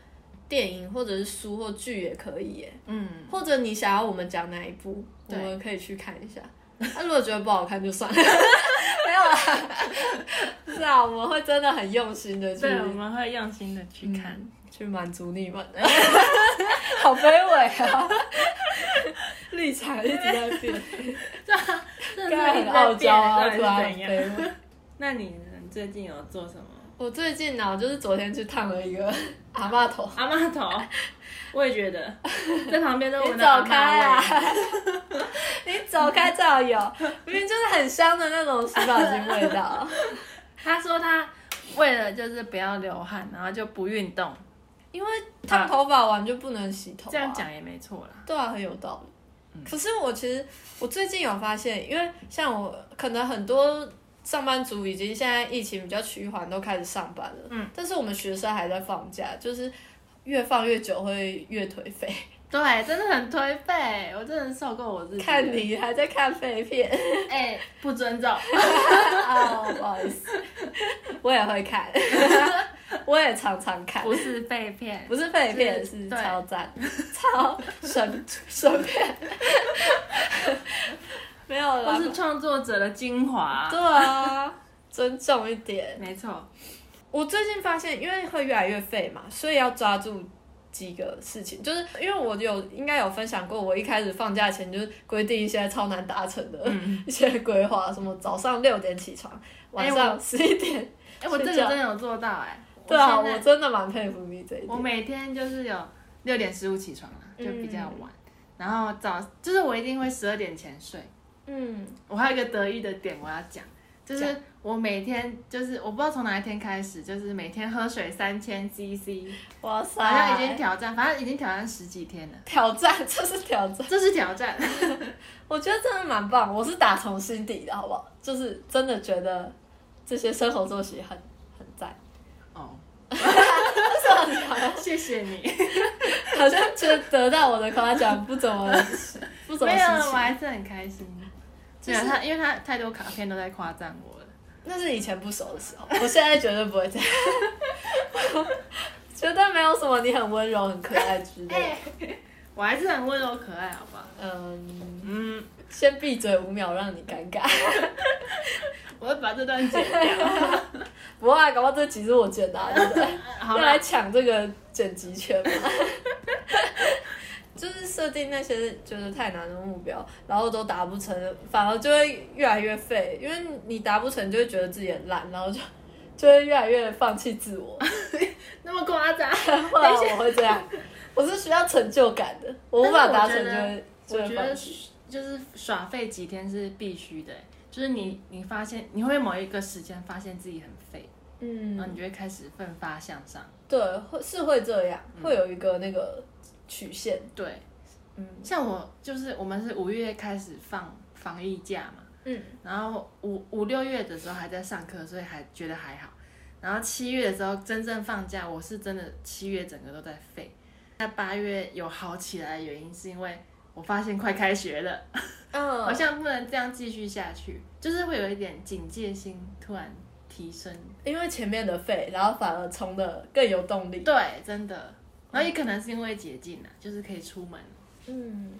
B: 电影或者是书或剧也可以耶，
A: 嗯，
B: 或者你想要我们讲哪一部，我
A: 对
B: 们可以去看一下。 那、如果觉得不好看就 算了，没有啦。 是啊，我们会真的很用心的去
A: 啊对，我们会用心的去看。
B: 去满足 你们，好卑微啊！立场一直在 变，
A: 真的
B: 刚才
A: 是
B: 很傲娇啊，
A: 一直
B: 突
A: 在
B: 然
A: 变到底是
B: 很卑
A: 怎样？
B: 微。
A: 那你呢最近有做什么？
B: 我最近呢、啊，就是昨天去烫了一个阿嬷头，
A: 阿妈头，我也觉 得，在旁边都
B: 你
A: 闻到
B: 走
A: 阿嬷
B: 开啊
A: 味！
B: 你走开最好有，明明就是很香的那种洗发精味 道。
A: 他说他为了就是不要流汗，然后就不运动，
B: 因为烫头发完就不能洗头、啊，
A: 这样讲也没错啦。
B: 对啊，很有道理。可是我其实我最近有发现，因为像我可能很多上班族以及现在疫情比较趋缓，都开始上班了。嗯，但是我们学生还在放假，就是越放越久会越颓废。
A: 对，真的很颓废，我真的受够我自己了。
B: 看你还在看废片
A: 哎、不尊重。
B: 哦，不好意思，我也会 看，我也常常看。
A: 不是被骗，
B: 不是废片，
A: 是
B: 是
A: 对
B: 超赞，超神神片， 没有啦，
A: 都是创作者的精华。
B: 对啊，尊重一点。
A: 没错，
B: 我最近发现，因为会越来越废嘛，所以要抓住几个事情，就是因为我有应该有分享过，我一开始放假前就是规定一些超难达成的 一些规划，什么早上六点起床，晚上十一点。
A: 哎、我这个
B: 睡觉
A: 真的有做到哎、
B: 对啊，
A: 我
B: 我
A: 现在
B: 真的蛮佩服你这一
A: 我
B: 点。
A: 每天就是有六点十五起床啦，就比较晚。然后早就是我一定会十二点前睡。
B: 嗯，
A: 我还有一个得意的点我要讲，就是我每天就是我不知道从哪一天开始，就是每天喝水三千 CC，
B: 哇塞，
A: 好像已经挑战，反正已经挑战十几天了，
B: 挑战，这是挑战。
A: 这是挑战。
B: 我觉得真的蛮棒，我是打从心底的，好不好？就是真的觉得这些生活作息很很赞。
A: 哦，
B: 这样讲
A: 谢谢你。
B: 好像觉得得到我的夸奖不怎么 不怎么
A: 没有，
B: 稀
A: 我
B: 奇。
A: 还是很开心。对啊，他因为他太多卡片都在夸赞我了。
B: 那是以前不熟的时候，我现在绝对不会这样。 绝对没有什么你很温柔、很可爱之 类的。
A: 哎我还是很温柔可爱，好不好？
B: 嗯，
A: 嗯，
B: 先闭嘴五秒，让你尴尬。
A: 我会把这段剪掉。
B: 不会啊，搞不好这集是我剪 的、啊，对不对？
A: 好
B: 要
A: 啦
B: 来，抢这个剪辑权嘛。 就是设定那些觉得太难的目标，然后都达不成，反而就会越来越废，因为你达不成就会觉得自己很烂，然后就就会越来越放弃自我。
A: 那么夸张，
B: 后来我会这样，我是需要成就感的，我无法达成就会就
A: 我
B: 会
A: 觉
B: 放
A: 得
B: 弃。
A: 就是耍废几天是必须的欸，就是你你发现你会某一个时间发现自己很废，然后
B: 嗯，
A: 你就会开始奋发向上。
B: 对，会是会这样，会有一个那个曲线。
A: 对，
B: 嗯
A: 像我就是我们是五月开始放防疫假嘛，
B: 嗯，
A: 然后五五六月的时候还在上课，所以还觉得还好。然后七月的时候真正放假，我是真的七月整个都在废。那八月有好起来的原因是因为我发现快开学了，好
B: 嗯，
A: 像不能这样继续下去，就是会有一点警戒心突然提升。
B: 因为前面的废，然后反而冲的更有动力。
A: 对，真的。然后也可能是因为解禁啊，就是可以出门。
B: 嗯，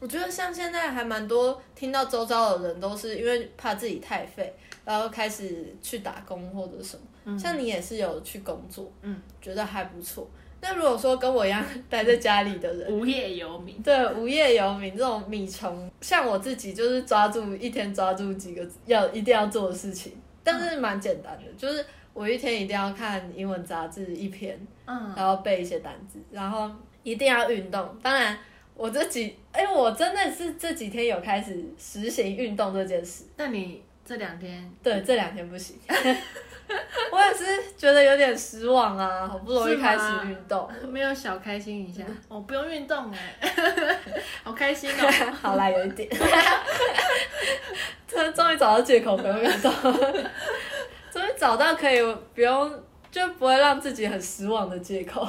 B: 我觉得像现在还蛮多听到周遭的人都是因为怕自己太废，然后开始去打工或者什么。像你也是有去工作，
A: 嗯，
B: 觉得还不错。那如果说跟我一样待在家里的人，
A: 无业游民，
B: 对无业游民这种米虫，像我自己就是抓住一天抓住几个要一定要做的事情，但是蛮简单的，就是我一天一定要看英文杂志一篇，
A: 嗯，
B: 然后背一些单词，然后一定要运动。当然，我这几哎、我真的是这几天有开始实行运动这件事。
A: 那你这两天
B: 对，这两天不行，我也是觉得有点失望啊，好不容易
A: 是
B: 开
A: 吗
B: 始运动。
A: 没有小开心一 下，我哦不用运动哎、 好开心 哦！
B: 好啦，有一点，终终于找到借口不用运动， 终于找到可以不用就不会让自己很失望的借口。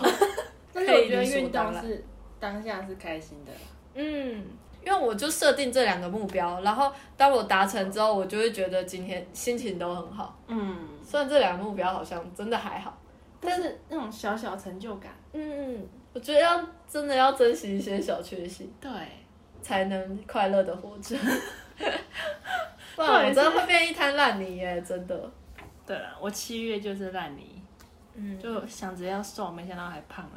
A: 但是我觉得运动是当下是开心的，
B: 嗯，因为我就设定这两个目标，然后当我达成之后，我就会觉得今天心情都很好。
A: 嗯，
B: 虽然这两个目标好像真的还好，
A: 但是那种小小成就感，
B: 嗯，我觉得要真的要珍惜一些小确幸，
A: 对，
B: 才能快乐的活 着。不然我真的会变一滩烂泥耶，真的。
A: 对了，我七月就是烂泥，
B: 嗯，
A: 就想着要瘦，没想到还胖了。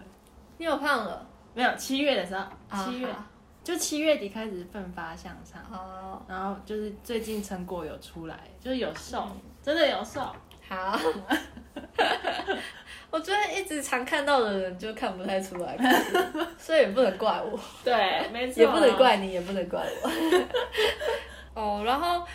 B: 你有胖了？
A: 没有七月的时候，七月、
B: 啊
A: 就七月底开始奋发向上，
B: 好，
A: 然后就是最近成果嗯有出来，就是有瘦，真的有瘦，
B: 好， 我觉得一直常看到的人就看不太出 来，可是所以也不能怪我，
A: 对，没错，
B: 也不能。怪你，也不能怪我。啊 哦，然后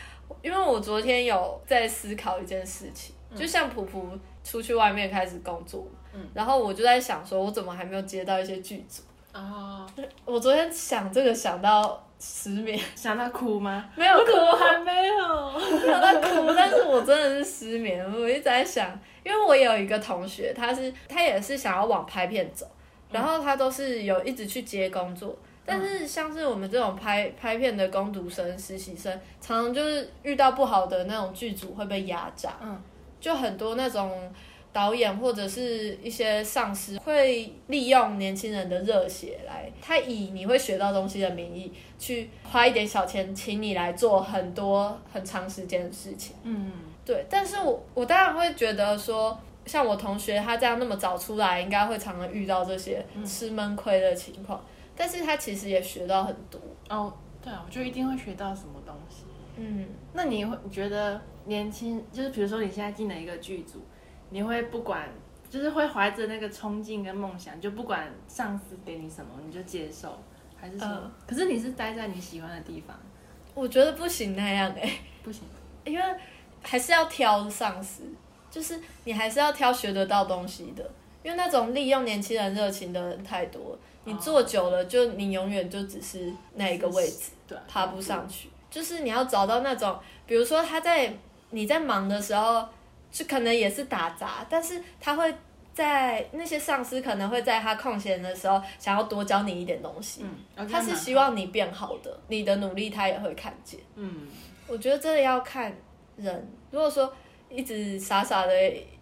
B: 因为我昨天有在思考一件事情，就像普普出去外面开始工作嘛，
A: 嗯
B: 然后我就在想说，我怎么还没有接到一些剧组？
A: 哦，
B: 我昨天想这个想到失眠，
A: 想到哭吗？
B: 没有哭。
A: 还没有。
B: 我在哭，但是我真的是失眠。我一直在想，因为我有一个同学，他是他也是想要往拍片走，然后他都是有一直去接工作。但是像是我们这种拍拍片的工读生、实习生，常常就是遇到不好的那种剧组会被压榨，
A: 嗯，
B: 就很多那种导演或者是一些上司会利用年轻人的热血来，他以你会学到东西的名义去花一点小钱，请你来做很多很长时间的事情。
A: 嗯，
B: 对，但是我我当然会觉得说，像我同学他这样那么早出来，应该会常常遇到这些吃闷亏的情况。但是他其实也学到很多。
A: 哦，对啊，我就一定会学到什么东西。
B: 嗯，
A: 那你会你觉得年轻，就是比如说你现在进了一个剧组，你会不管，就是会怀着那个冲劲跟梦想，就不管上司给你什么，你就接受，还是说？
B: 嗯
A: 可是你是待在你喜欢的地方，
B: 我觉得不行那样哎、
A: 不行。
B: 因为还是要挑上司，就是你还是要挑学得到东西的，因为那种利用年轻人热情的人太多了，你做久了就你永远就只是那一个位置，
A: 对啊
B: 爬不上去。就是你要找到那种，比如说他在你在忙的时候，就可能也是打杂，但是他会。在那些上司可能会在他空闲的时候，想要多教你一点东西。
A: 嗯，我觉得
B: 他是
A: 蛮
B: 希望你变好的，你的努力他也会看见。
A: 嗯，
B: 我觉得真的要看人。如果说一直傻傻的、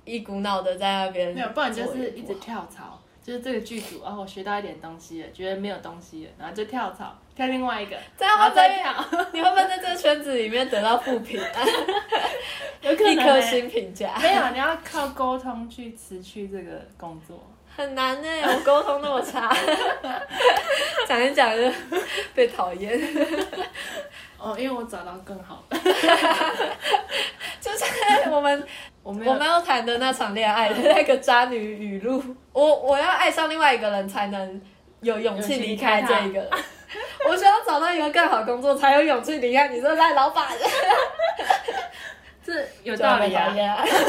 B: 一股脑的在那边，
A: 没有，不然就是一直跳槽，就是这个剧组哦，我学到一点东西了，觉得没有东西了，然后就跳槽，跳另外一个，
B: 这样
A: 然后
B: 会不
A: 再
B: 会
A: 跳，
B: 你会不会在这个圈子里面得到负评啊？
A: 有可能、
B: 一颗
A: 欸
B: 星评 价
A: 没有，你要靠沟通去辞去这个工作。
B: 很难呢、我沟通那么差， 讲一讲就 被讨厌。
A: 哦，因为我找到更好的，
B: 就是 我们
A: 我没有
B: 我们要谈的那场恋爱 的那个渣女语录，我我要爱上另外一个人才能有勇气离开这一个人。我需要找到一个更好的工作，才有勇气离开你这烂老板。
A: 这有道理啊。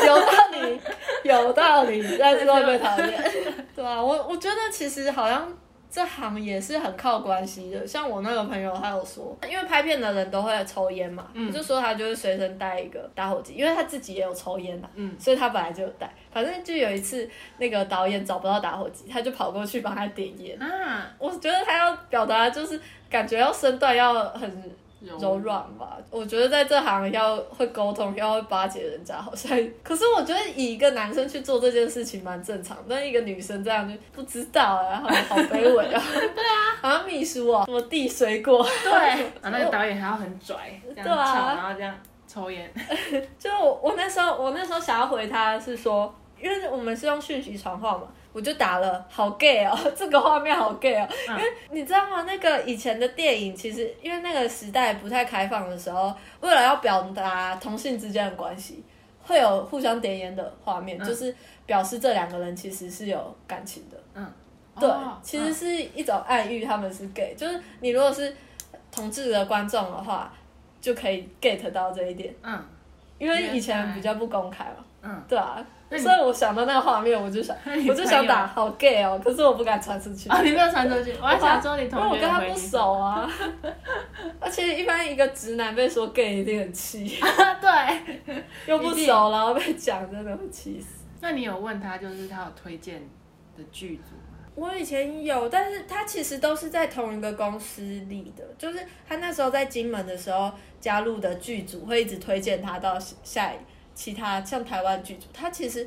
B: 有道 理，啊有道理，但是会被讨厌。 对啊，我我觉得其实好像这行也是很靠关系的。像我那个朋友，他有说，因为拍片的人都会抽烟嘛，
A: 嗯
B: 我就说他就会随身带一个打火机，因为他自己也有抽烟嘛，
A: 嗯
B: 所以他本来就有带。反正就有一次，那个导演找不到打火机，他就跑过去帮他点烟。
A: 啊，
B: 我觉得他要表达就是感觉要身段要很柔
A: 柔
B: 软吧。我觉得在这行要会沟通，要会巴结人家，好像。 可是我觉得以一个男生去做这件事情蛮正常，但一个女生这样就不知道啊，好好卑微啊。 对啊，好像秘书哦、什么递水果，
A: 对， 然后啊那个导演还要很拽，这样
B: 对啊
A: 翘，然后这样抽烟，
B: 就我我那时候我那时候想要回他是说，因为我们是用讯息传话嘛。我就打了，好 gay 哦，这个画面好 gay 哦，
A: 嗯
B: 因为你知道吗？那个以前的电影，其实因为那个时代不太开放的时候，为了要表达同性之间的关系，会有互相点烟的画
A: 嗯
B: 面，就是表示这两个人其实是有感情的。
A: 嗯，
B: 对，
A: 哦
B: 其实是一种暗喻，他们是 gay，就是你如果是同志的观众的话，就可以 get 到这一点。
A: 嗯
B: 因为以前比较不公开嘛，
A: 嗯，
B: 对啊，
A: 那
B: 所
A: 你
B: 以我想到那个画面，我就想
A: 那你，朋友
B: 我就想打好 gay 哦，可是我不敢传出去，
A: 哦，你没有传出去，我还想说你同
B: 因为
A: 学
B: 我跟他
A: 回
B: 不
A: 你
B: 熟啊， 而且一般一个直男被说 gay 一定很气，
A: 啊对，
B: 又不熟，然后被讲真的会气死。
A: 那你有问他，就是他有推荐的剧组吗？
B: 我以前有，但是他其实都是在同一个公司里的，就是他那时候在金门的时候加入的剧组，会一直推荐他到下其他像台湾剧组，他其实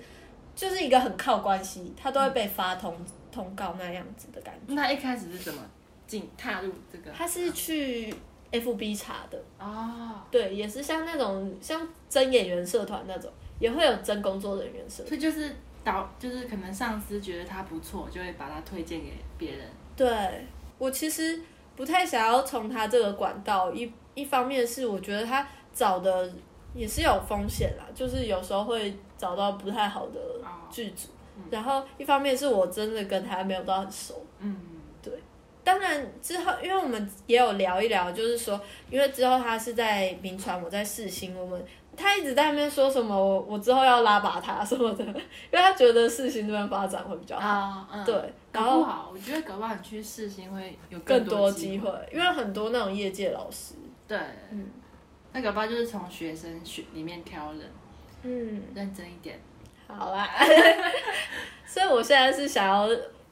B: 就是一个很靠关系，他都会被发通、通告那样子的感觉。
A: 那他一开始是怎么进踏入这个？
B: 他是去 FB 查的，
A: 哦，
B: 对，也是像那种像真演员社团那种，也会有真工作人员社团
A: 所以就是导，就是可能上司觉得他不错，就会把他推荐给别人。
B: 对我其实不太想要从他这个管道，一一方面是我觉得他找的也是有风险啦，就是有时候会找到不太好的
A: 哦
B: 剧组，然后一方面是我真的跟他没有到很熟，
A: 嗯，
B: 当然之后因为我们也有聊一聊，就是说因为之后他是在名传，我在世新，我们他一直在那边说什么我我之后要拉拔他什么的，因为他觉得世新这边发展会比较好，
A: 啊，嗯，
B: 对，哦然
A: 搞
B: 后
A: 不好，我觉得搞不好你去试新会有
B: 更多
A: 多
B: 机会
A: 会，，
B: 因为很多那种业界老师，
A: 对，
B: 嗯
A: 那搞不好就是从学生学里面挑人，
B: 嗯。
A: 认真一点，
B: 好啊 啦，所以我现在是想要，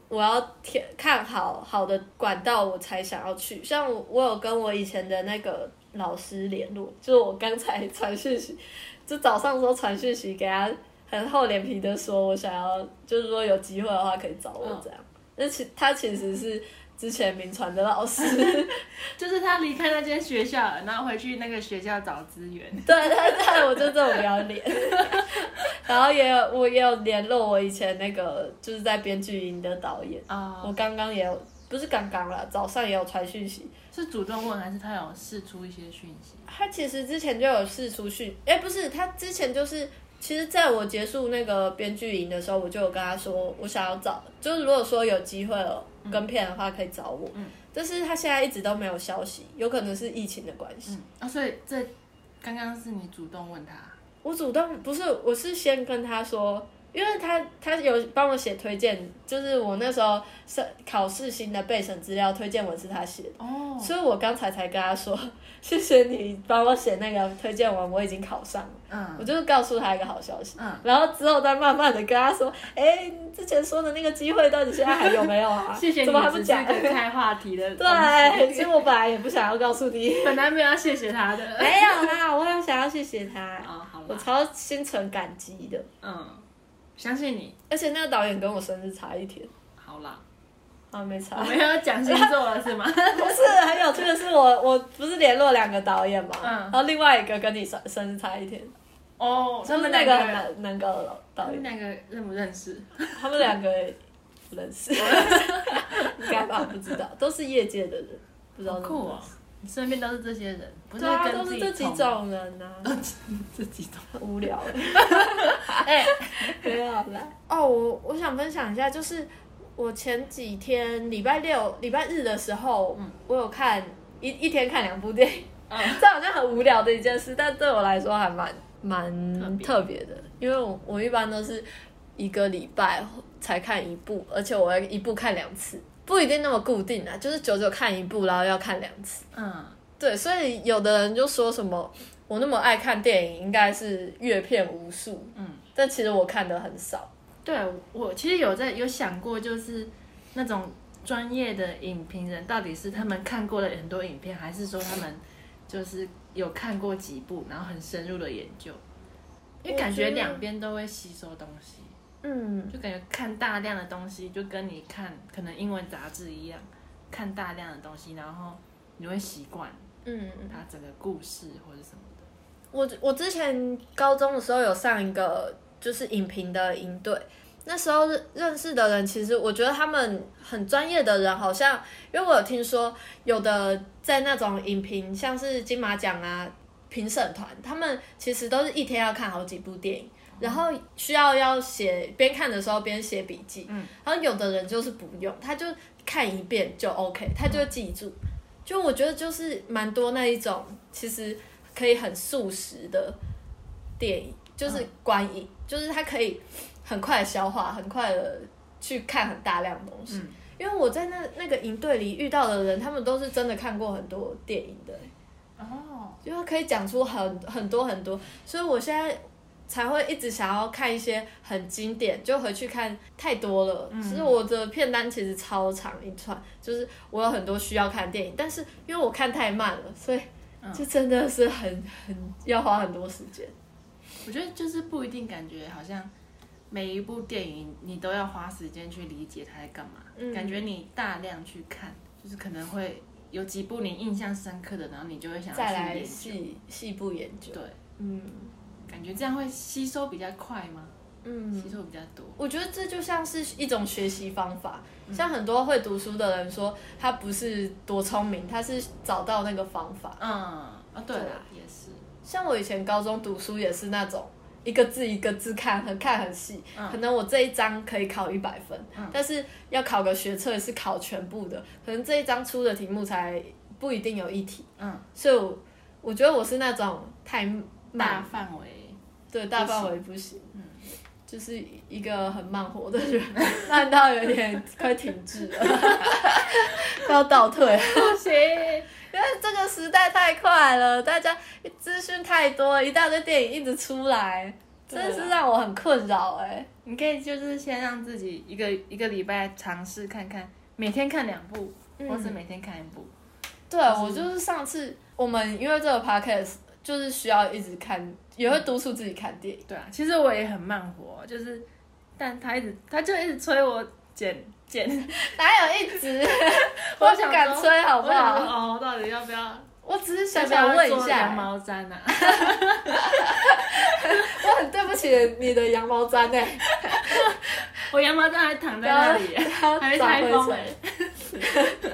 B: 我要填看好好的管道，我才想要去。像我，我有跟我以前的那个老师联络，就是我刚才传讯息， 就早上的时候传讯息给他，很厚脸皮的说，我想要，就是说有机会的话可以找我
A: 嗯
B: 这样。那其他其实是之前名传的老师，
A: 就是他离开那间学校了，然后回去那个学校找资源，
B: 对对对，我就这种不要脸。 然后也有我也有联络我以前那个就是在编剧营的导演，
A: 啊、
B: 我刚刚也有，不是刚刚啦，早上也有传讯息。
A: 是主动问还是他有试出一些讯息？
B: 他其实之前就有试出去，哎、不是，他之前就是，其实在我结束那个编剧营的时候，我就有跟他说，我想要找，就是如果说有机会了跟片的话，可以找我。
A: 嗯
B: 但是他现在一直都没有消息，有可能是疫情的关系。
A: 嗯，啊、所以这刚刚是你主动问他，
B: 我主动不是，我是先跟他说，因为他他有帮我写推荐，就是我那时候是考试新的备审资料推荐文是他写的，
A: 哦，
B: 所以我刚才才跟他说，谢谢你帮我写那个推荐文，我已经考上了，
A: 嗯
B: 我就告诉他一个好消息。
A: 嗯，？
B: 然后之后再慢慢的跟他说，哎，你之前说的那个机会到底现在还有没有 啊
A: 谢你
B: 怎么还不
A: 只是
B: 讲？
A: 个开话题的东西，
B: 对，其实我本来也不想要告诉 你，
A: 本来没有要谢谢他的，
B: 没有
A: 啊
B: 啦，我有想要谢谢 他，
A: 哦，好
B: 哎我
A: 了，
B: 超心存感激的。
A: 嗯，相信你，
B: 而且那个导演跟我生日差一天，
A: 好啦，
B: 啊，没
A: 我
B: 差。
A: 们要讲星座了是吗？
B: 不是很有趣的是我， 我不是联络两个导演嘛，
A: 嗯
B: 然后另外一个跟你生生日差一天，
A: 哦，
B: 就
A: 他
B: 是
A: 们
B: 那
A: 两
B: 个
A: 个
B: 很
A: 人，
B: 难难搞的
A: 他
B: 导
A: 们
B: 演，
A: 两个认不认识？
B: 他们两个不认 识，应该吧？不知道，都是业界的人，不知道
A: 好
B: 认不
A: 酷
B: 认
A: 哦
B: 识。！
A: 你身边都是这些人，不
B: 对啊，
A: 跟
B: 都
A: 自
B: 是
A: 己
B: 这几
A: 同
B: 种人呐、啊，
A: 这几种。
B: 无聊 欸
A: 哎，
B: 没有啦。哦，我我想分享一下，就是我前几天礼拜六、礼拜日的时候，我有看一一天看两部电影，
A: 嗯
B: 这好像很无聊的一件事，但对我来说还蛮
A: 特
B: 蛮
A: 别
B: 特别的，因为我我一般都是一个礼拜才看一部，而且我会一部看两次，不一定那么固定啊，就是久久看一部，然后要看两次。
A: 嗯，
B: 对，所以有的人就说什么我那么爱看电影，应该是阅片无数，
A: 嗯，
B: 但其实我看的很少。
A: 对我其实有在有想过，就是那种专业的影评人，到底是他们看过了很多影片，还是说他们就是有看过几部，然后很深入的研究？因为感
B: 我
A: 觉
B: 觉得
A: 两边都会吸收东西，
B: 嗯，
A: 就感觉看大量的东西，就跟你看可能英文杂志一样，看大量的东西，然后你会习惯
B: 嗯，
A: 它整个故事或者什么的。
B: 我我之前高中的时候有上一个就是影评的营队，那时候认认识的人，其实我觉得他们很专业的人，好像因为我有听说有的在那种影评，像是金马奖啊评审团，他们其实都是一天要看好几部电影。然后需要要写，边看的时候边写笔记。
A: 嗯，
B: 然后有的人就是不用，他就看一遍就 OK，他就记住。就我觉得就是蛮多那一种，其实可以很速食的电影，就是观影，就是它可以很快地消化，很快的去看很大量的东西。
A: 嗯
B: 因为我在那那个营队里遇到的人，他们都是真的看过很多电影的、
A: 哦，
B: 因为可以讲出很很多很多，所以我现在才会一直想要看一些很经典，就回去看太多了。
A: 嗯
B: 其实我的片单其实超长一串，就是我有很多需要看的电影，但是因为我看太慢了，所以
A: 嗯
B: 就真的是很很要花很多时间。
A: 我觉得就是不一定感觉好像每一部电影你都要花时间去理解它在干嘛，
B: 嗯
A: 感觉你大量去看，就是可能会有几部你印象深刻的，然后你就会想要
B: 再
A: 去
B: 来
A: 研究。
B: 细细部研究，
A: 对，
B: 嗯
A: 感觉这样会吸收比较快吗？
B: 嗯
A: 吸，收比较多。
B: 我觉得这就像是一种学习方法，
A: 嗯
B: 像很多会读书的人说，他不是多聪明，他是找到那个方法。
A: 哦嗯，啊，对啦，也是。
B: 像我以前高中读书也是那种，一个字一个字看，很看很细。
A: 嗯
B: 可能我这一章可以考一百分，
A: 嗯
B: 但是要考个学测是考全部的，可能这一章出的题目才不一定有一题。
A: 嗯，
B: 所以我我觉得我是那种太
A: 大
B: 慢，
A: 范围，
B: 对大范围不行，嗯就是一个很慢活的人， 慢到有点快停滞了， 快要倒退了。
A: 不行，
B: 因为这个时代太快了，大家资讯太多，一大堆电影一直出来，
A: 对啊
B: 真是让我很困扰哎、
A: 你可以就是先让自己一个一个礼拜尝试看看，每天看两部，
B: 嗯
A: 或是每天看一部，
B: 对啊我就是上次我们因为这个 podcast 就是需要一直看，也会督促自己看电影。
A: 对啊，其实我也很慢活，就是，但他一直他就一直催我剪剪，
B: 哪有一直？
A: 我
B: 我
A: 想说
B: 不敢吹好不
A: 我想说
B: 好？
A: 哦，到底要不要？
B: 我只是想
A: 要不
B: 想
A: 要
B: 问一
A: 做羊
B: 下，
A: 毛毡啊？
B: 我很对不起你的羊毛毡 哎、欸，
A: 我羊毛毡还躺在那里，啊
B: 它
A: 还没
B: 长
A: 拆
B: 灰
A: 封
B: 尘
A: 哎。。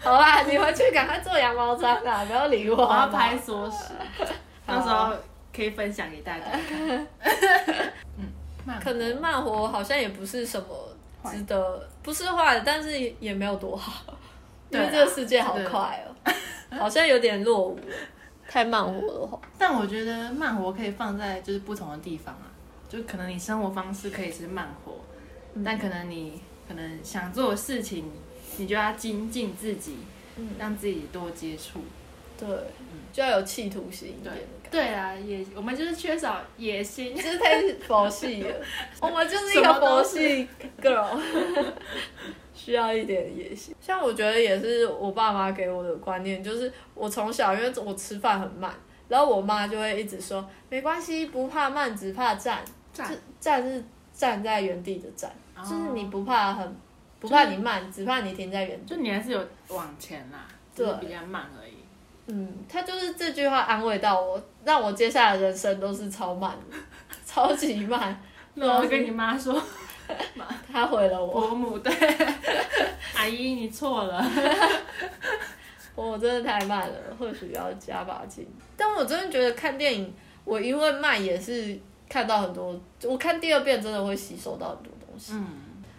B: 好啦，你回去赶快做羊毛毡啦，不要理我。
A: 我要
B: 好不好
A: 拍缩时，
B: 啊
A: 到时候可以分享给大家看。 嗯，慢
B: 可能慢活好像也不是什么值得，不是坏，但是也没有多好， 因
A: 对啊
B: 为这个世界好快哦、好像有点落伍了，太慢活的话，
A: 但我觉得慢活可以放在就是不同的地方啊，就可能你生活方式可以是慢活，但可能你可能想做的事情，你就要精进自己，
B: 嗯
A: 让自己多接触。
B: 对，就要有企图心一点的感
A: 对啊，也我们就是缺少野心
B: 觉，。就是太佛系 了，我们就是一个佛系 girl，需要一点野心。像我觉得也是我爸妈给我的观念，就是我从小因为我吃饭很慢，然后我妈就会一直说没关系，不怕慢，只怕站。
A: 站
B: 就站是站在原地的站，
A: 哦
B: 就是你不怕很不怕你慢，只怕你停在原地。
A: 就你还是有往前啦，
B: 对
A: 就是比较慢而已。
B: 嗯，他就是这句话安慰到我，让我接下来的人生都是超慢的， 超级慢。
A: 那我会跟你妈 说，
B: 他毁了我，
A: 伯母对， 阿姨你错了。
B: 哦我真的太慢了，或许要加把劲。但我真的觉得看电影，我因为慢也是看到很多，我看第二遍真的会吸收到很多东西。
A: 嗯，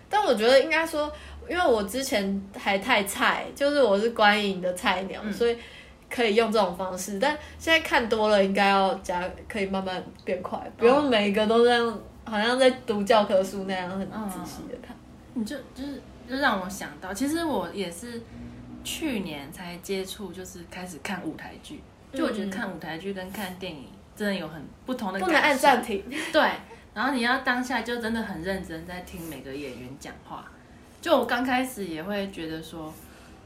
B: 但我觉得应该说，因为我之前还太菜，就是我是观影的菜鸟，
A: 嗯
B: 所以可以用这种方式。但现在看多了，应该要加，可以慢慢变快，不用每一个都这样，好像在读教科书那样很仔细的看。
A: 你就就是就让我想到，其实我也是去年才接触，就是开始看舞台剧。就我觉得看舞台剧跟看电影真的有很不同的
B: 嗯不
A: 感受，
B: 能按暂停，
A: 对，然后你要当下就真的很认真在听每个演员讲话。就我刚开始也会觉得说，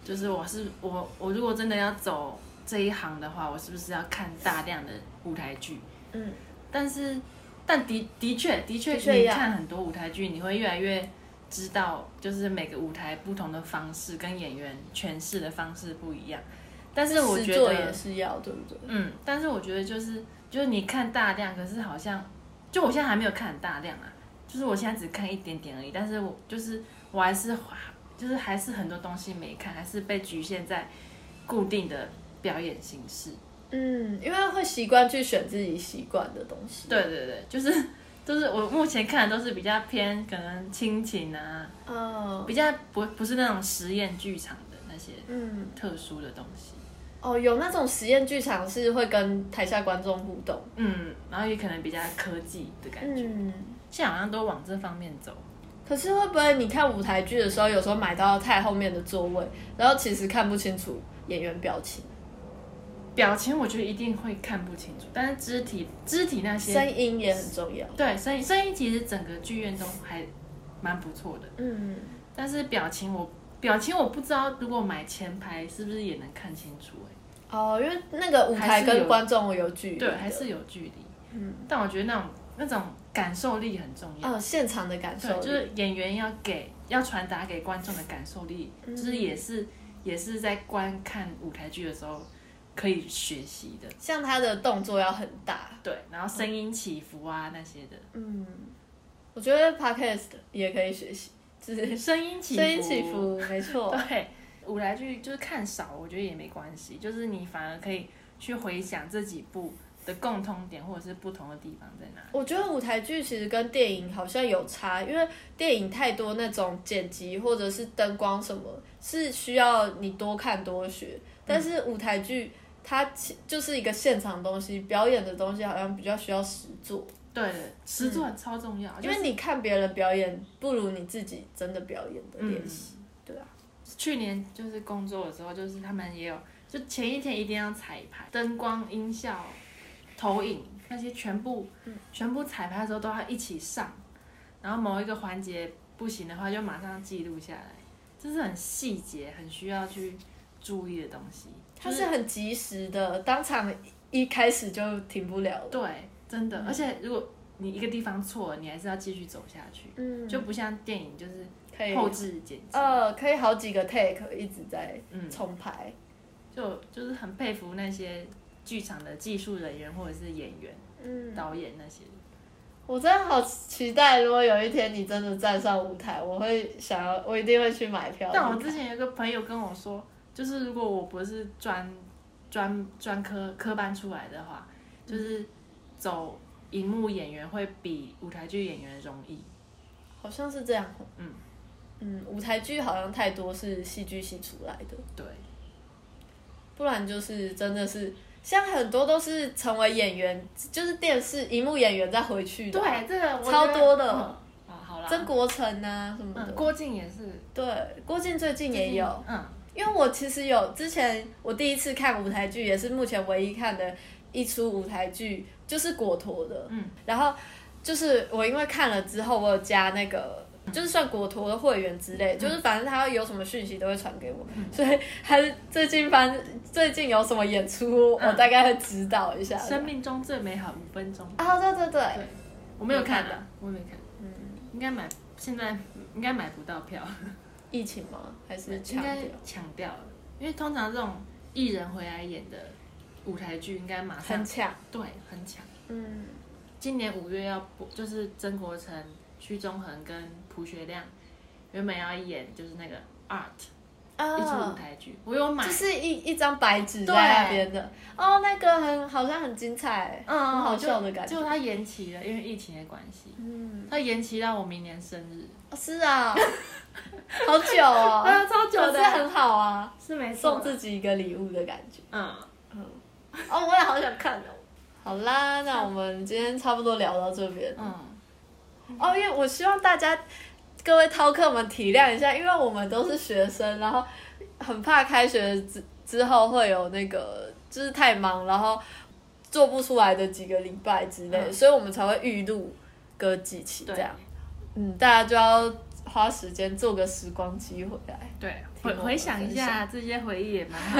A: 就是我是我我如果真的要走这一行的话，我是不是要看大量的舞台剧？
B: 嗯，
A: 但是但的的确的确，
B: 的确
A: 你
B: 要
A: 看很多舞台剧，你会越来越知道，就是每个舞台不同的方式跟演员诠释的方式不一样。但是我觉
B: 实作
A: 得
B: 也是要，对不对？
A: 嗯，但是我觉得就是就是你看大量，可是好像就我现在还没有看很大量啊，就是我现在只看一点点而已。但是我就是我还是就是还是很多东西没看，还是被局限在固定的表演形式。
B: 嗯，因为会习惯去选自己习惯的东西。
A: 对对对，就是 就是我目前看的都是比较偏可能亲情啊，
B: 嗯
A: 比较不不是那种实验剧场的那些
B: 嗯，
A: 特殊的东西。
B: 哦，有那种实验剧场是会跟台下观众互动。
A: 嗯，然后也可能比较科技的感觉，
B: 嗯。
A: 现在好像都往这方面走。
B: 可是会不会你看舞台剧的时候，有时候买到太后面的座位，然后其实看不清楚演员表情、
A: 表情我觉得一定会看不清楚，但是肢体肢体那些，
B: 声音也很重要。
A: 对声音声音其实整个剧院都还蛮不错的，
B: 嗯，
A: 但是表情我表情我不知道，如果买前排是不是也能看清楚、欸？
B: 哦，因为那个舞台
A: 还是有
B: 跟观众有距离的，
A: 对，还是有距离。
B: 嗯，
A: 但我觉得那种那种感受力很重要，
B: 哦，现场的感
A: 对，
B: 受，
A: 就是演员要给要传达给观众的感受力，
B: 嗯
A: 就是也是也是在观看舞台剧的时候可以学习的。
B: 像他的动作要很大。
A: 对，然后声音起伏啊那些的。
B: 嗯，我觉得 podcast 也可以学习，就是
A: 声音起伏，
B: 声音起，伏，没错。
A: 对，舞台剧就是看少，我觉得也没关系，就是你反而可以去回想这几部的共通点或者是不同的地方在哪里？
B: 我觉得舞台剧其实跟电影好像有差，因为电影太多那种剪辑或者是灯光什么，是需要你多看多学。但是舞台剧它其就是一个现场东西，表演的东西好像比较需要实做，
A: 对，实作超重要，
B: 因为你看别人表演，不如你自己真的表演的练习。对啊，
A: 去年就是工作的时候，就是他们也有，就前一天一定要彩排，灯光、音效、投影那些全部，
B: 嗯
A: 全部彩排的时候都要一起上，然后某一个环节不行的话，就马上记录下来，这是很细节、很需要去注意的东西。
B: 它是很及时的，当场一开始就停不了了。
A: 对，真
B: 嗯
A: 的，而且如果你一个地方错了，你还是要继续走下去，
B: 嗯，
A: 就不像电影就是
B: 可以
A: 后置剪辑，
B: 呃，可以好几个 take 一直在
A: 嗯
B: 重排。
A: 就就是很佩服那些剧场的技术人员或者是演员、
B: 嗯，
A: 导演那些。
B: 我真的好期待，如果有一天你真的站上舞台，我会想要，我一定会去买票。
A: 但我之前有个朋友跟我说，就是如果我不是专专专科科班出来的话，就是走荧幕演员会比舞台剧演员容易。
B: 好像是这样哦。
A: 嗯
B: 嗯，舞台剧好像太多是戏剧系出来的，
A: 对，
B: 不然就是真的是像很多都是成为演员，就是电视荧幕演员再回去的。，
A: 对，这个我觉得
B: 超多的
A: 嗯啊，好啦，
B: 曾国城啊什么的。
A: 嗯，郭靖也是，
B: 对，郭靖最近也有。，
A: 嗯，
B: 因为我其实有之前我第一次看舞台剧，也是目前唯一看的一出舞台剧，就是果陀的。
A: 嗯，
B: 然后就是我因为看了之后，我有加那个。就是算果陀的会员之
A: 嗯
B: 类，就是反正他有什么讯息都会传给我，所以他最近反正最近有什么演出，
A: 嗯
B: 我大概会指导一下。
A: 生命中最美好五分钟，
B: 啊，对对对，
A: 我没有看啊
B: 没
A: 的，我没看，
B: 嗯，
A: 应该买，现在应该买不到票，
B: 疫情吗？还是
A: 应
B: 抢
A: 该
B: 掉？
A: 抢掉了，因为通常这种艺人回来演的舞台剧，应该马上
B: 很抢，
A: 对很抢。
B: 嗯，
A: 今年五月要播，就是曾国城、屈中恒跟朴学亮原本要演就是那个 Art
B: 啊
A: 一出舞台剧，我有买
B: 就，是一一张白纸在那边的哦，那个很好像很精彩，
A: 嗯
B: 很嗯好笑的感
A: 结
B: 觉。
A: 果他延期了，因为疫情的关系，
B: 嗯，
A: 他延期到我明年生日，
B: 哦是啊， 好 久哦，
A: 啊，超久
B: 可是
A: 的，
B: 很好啊，
A: 是没错
B: 送，自己一个礼物的感觉。
A: 嗯，
B: 哦，我也好想看哦。好啦，那我们今天差不多聊到这边。
A: 嗯，
B: 哦，因为我希望大家各位饕客们体谅一下，因为我们都是学生，然后很怕开学之之后会有那个就是太忙，然后做不出来的几个礼拜之类，
A: 嗯
B: 所以我们才会预录隔几期这
A: 对
B: 样。嗯，大家就要花时间做个时光机回来。
A: 对，
B: 听
A: 回
B: 我们
A: 回想一下这些回忆也蛮好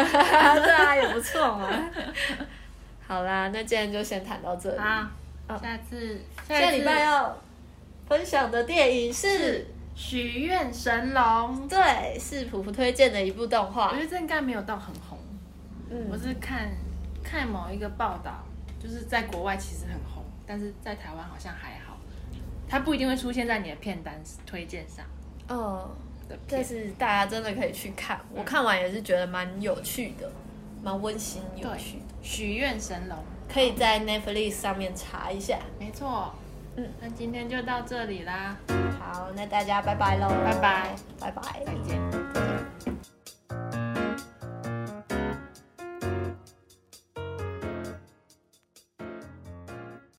A: 的
B: 对啊，也不错嘛。 好啦，那今天就先谈到这里。
A: 啊
B: 嗯，
A: 下次
B: 下
A: 一次
B: 礼拜要分享的电影是
A: 是。许愿神龙，
B: 对，是普普推荐的一部动画
A: 我觉。得这应该没有到很红。我
B: 嗯，
A: 是看看某一个报道，就是在国外其实很红，但是在台湾好像还好，它不一定会出现在你的片单推荐上
B: 哦，
A: 的
B: 但
A: 片。
B: 是大家真的可以去看，我看完也是觉得蛮有趣的，蛮温馨有
A: 对
B: 趣的，，
A: 许愿神龙，
B: 可以在 Netflix 上面查一下。
A: 没错。
B: 嗯，
A: 那今天就到这里啦，
B: 好，那大家拜拜喽，
A: 拜拜，
B: 拜拜
A: 再见。